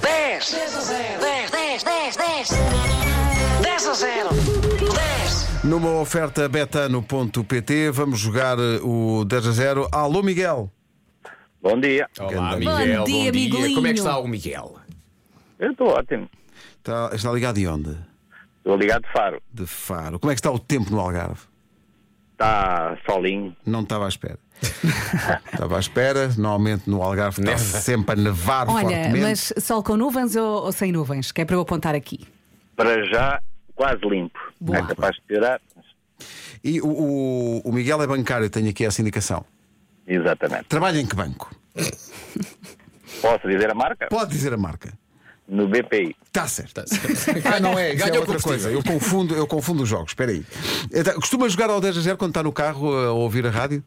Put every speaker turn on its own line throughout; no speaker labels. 10 10 a 0 10 10 10 10 10 a 0 10
Numa oferta betano.pt, vamos jogar eh, o 10 a 0. Alô, Miguel.
Bom dia.
Olá,
Grande
Miguel.
Bom dia, amiguinho.
Como é que está o Miguel?
Eu estou ótimo.
Está, Tá, está ligado de onde?
Estou ligado de faro.
De Faro. Como é que está o tempo no Algarve?
Está Tá solinho.
Não estava à espera. estava à espera. Normalmente no Algarve está
Neva.
sempre a nevar
Olha,
fortemente.
mas sol com nuvens ou, ou sem nuvens? Que é para eu apontar aqui.
Para já, quase limpo.
Boa.
É capaz de piorar. mas-
E o, o- o Miguel é bancário, tenho aqui essa indicação.
Exatamente.
Trabalha em que banco?
Posso dizer a marca?
Pode dizer a marca.
No BPI.
Está certo.
Tá certo.
Ah, não é? Isso é
Ganhou
outra coisa.
combustível.
Eu confundo, eu confundo os jogos. Espera aí. Então, costuma jogar ao 10 a 0 quando está no carro eh, a ouvir a rádio?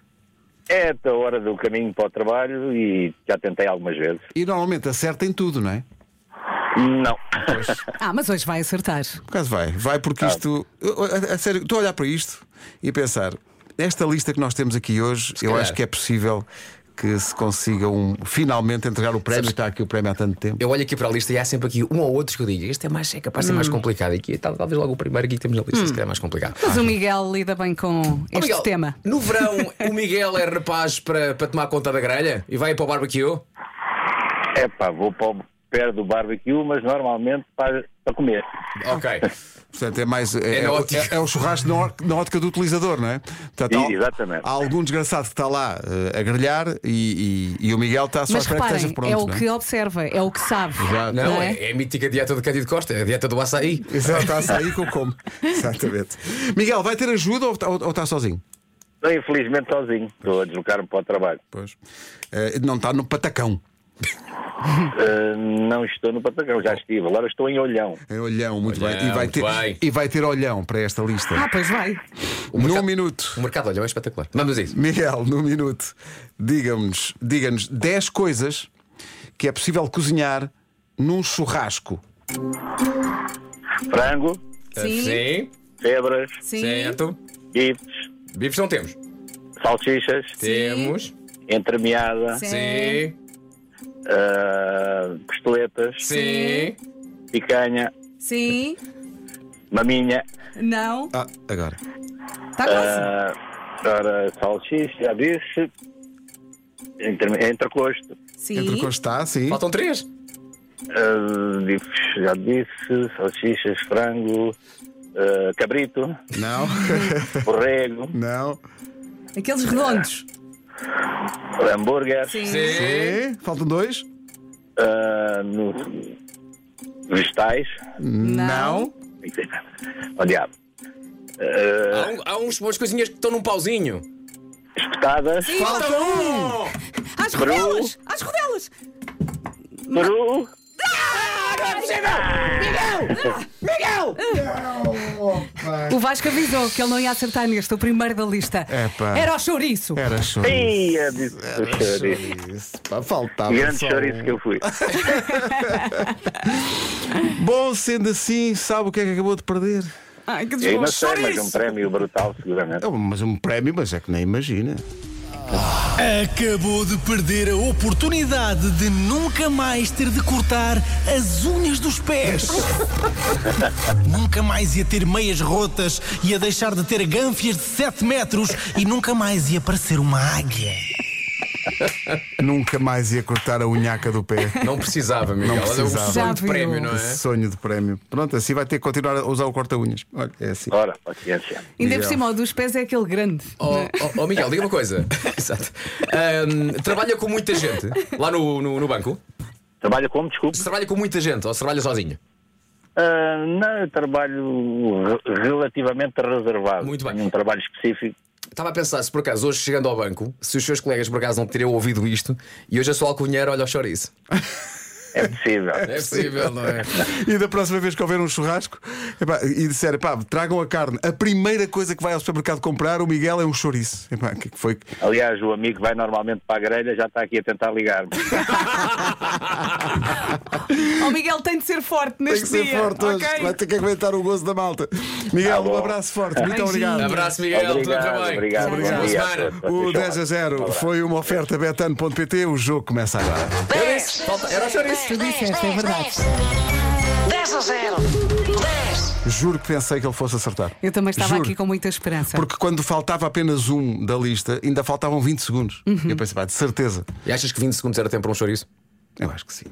É a hora do caminho para o trabalho e já tentei algumas vezes.
E normalmente acerta em tudo, não é?
Não.
Ah, mas hoje vai acertar.
Por acaso vai. Vai porque
Ah.
isto. eu- a- a sério, estou a olhar para isto e a pensar. Esta lista que nós temos aqui hoje, eu
calhar.
acho que é possível que se consiga um- finalmente entregar o prémio.
Sabes-
Está aqui o prémio há tanto tempo.
Eu olho aqui para a lista e há sempre aqui um ou outro que eu digo: este é, mais, é capaz de ser
Hum.
mais complicado. E aqui, tal- talvez logo o primeiro aqui que temos na lista, se calhar é mais complicado.
Ah.
Mas o Miguel lida bem
Ó,
com este
Miguel,
tema.
No verão, o Miguel é rapaz para, para tomar conta da grelha e vai para o barbecue?
É pá, vou para o pé do barbecue, mas normalmente para, para comer.
Ok.
Portanto, é mais. É,
É
é o-
ótimo.
é- é o churrasco na, or- na ótica do utilizador, não é? Portanto, há-
Exatamente.
Há algum desgraçado que está lá eh, a grelhar e, e- e o Miguel está só à
Mas
espera que
reparem,
esteja pronto.
é o
não é?
que observa, é o que sabe.
Já-
Não,
Não
é?
é?
é a mítica dieta do Cândido Costa, é a dieta do açaí.
Exato, está a sair que eu como. Exatamente. Miguel, vai ter ajuda ou está, ou- ou está sozinho?
Estou infelizmente sozinho. Estou a deslocar-me para o trabalho.
Pois. Eh, não está no patacão.
Eh, não estou no Patagão, já estive. Agora estou em Olhão.
É olhão, muito
Olhão,
bem. E vai,
muito
ter,
bem.
e vai ter olhão para esta lista.
Ah, pois vai.
num minuto.
O mercado, olha, é espetacular. Vamos a isso.
Miguel, num minuto. Diga-nos, diga-nos 10 coisas que é possível cozinhar num churrasco.
Frango,
Sim.
Eh, Sim.
febras,
Sim.
Certo.
bifes,
Bifes não temos.
salsichas,
Temos.
entremeada,
Sim.
ah, costeletas,
Sim.
picanha,
Sim.
maminha,
Não.
Ah, agora.
Está quase.
ah, ora, salsicha, já disse, entre, entrecosto,
Sim.
Entre o que está, sim.
Faltam três.
ah, bifes, já disse, salsichas, frango, ah, cabrito,
Não,
borrego,
não.
Aqueles redondos.
hambúrguer,
Sim.
É, faltam dois.
ah, no- vegetais,
Não.
olha, Ah,
Há, um- há uns, umas coisinhas que estão num pauzinho.
espetadas,
Falta um.
Às rodelas! Às rodelas!
peru,
O Vasco avisou que ele não ia acertar neste, o primeiro da lista.
Epá.
Era o chouriço.
Era show.
ia, disse, chouriço.
Isso, pá, Faltava.
grande
só
chouriço que eu fui.
Bom, sendo assim, sabe o que é que acabou de perder?
Ai, que
Eu não
desgosto.
sei, mas um
Chouriço!
prémio brutal, seguramente.
É um- mas um prémio, mas é que nem imagina.
Acabou de perder a oportunidade de nunca mais ter de cortar as unhas dos pés. nunca mais ia ter meias rotas, ia deixar de ter gânfias de 7 metros e nunca mais ia parecer uma águia.
Nunca mais ia cortar a unhaca do pé.
Não precisava, Miguel. Olha,
precisava.
um
Já
sonho de
viu.
prémio, não é?
Esse Sonho de prémio. Pronto, assim vai ter que continuar a usar o corta-unhas. Olha, é assim.
Ora, paciência.
Ainda por
Miguel.
cima, o dos pés é aquele grande.
Oh,
é?
Ó ó, ó, Oh, Miguel, diga uma coisa. Exato. Ahm, trabalha com muita gente lá no, no, no banco?
Trabalho como? Desculpe.
Se trabalha com muita gente ou se trabalha sozinho?
Ah, não, eu trabalho re- relativamente reservado.
Muito bem.
Tenho Um trabalho específico.
Estava a pensar se por acaso hoje chegando ao banco, se os seus colegas por acaso não teriam ouvido isto e hoje a sua alcunheira olha o chouriço.
É possível.
É possível, não é?
E da próxima vez que houver um churrasco epá, e disser, pá, tragam a carne, a primeira coisa que vai ao supermercado comprar, o Miguel é um chouriço. Epá, que que foi?
Aliás, o amigo que vai normalmente para a grelha já está aqui a tentar ligar-me.
O Oh, Miguel tem de ser forte
Tem que
neste
ser
dia.
forte hoje.
ok?
Vai ter que aguentar o gozo da malta. Miguel,
Tá bom.
um abraço forte. Muito
Beijinho.
obrigado.
Abraço, Miguel. tudo
obrigado,
bem?
obrigado.
Boa
Bom dia a
semana.
todos.
O
Vocês são
10 a 0
ótimos.
foi uma oferta betano.pt. O jogo começa agora.
10 10.
Falta- era o chouriço,
tu disseste, é verdade.
10 a 0. 10.
Juro que pensei que ele fosse acertar.
Eu também estava
Juro.
aqui com muita esperança.
Porque quando faltava apenas um da lista, ainda faltavam 20
Uhum.
segundos. Eu pensei, pá, de certeza.
E achas que 20 segundos era tempo para um chouriço?
Eu acho que sim.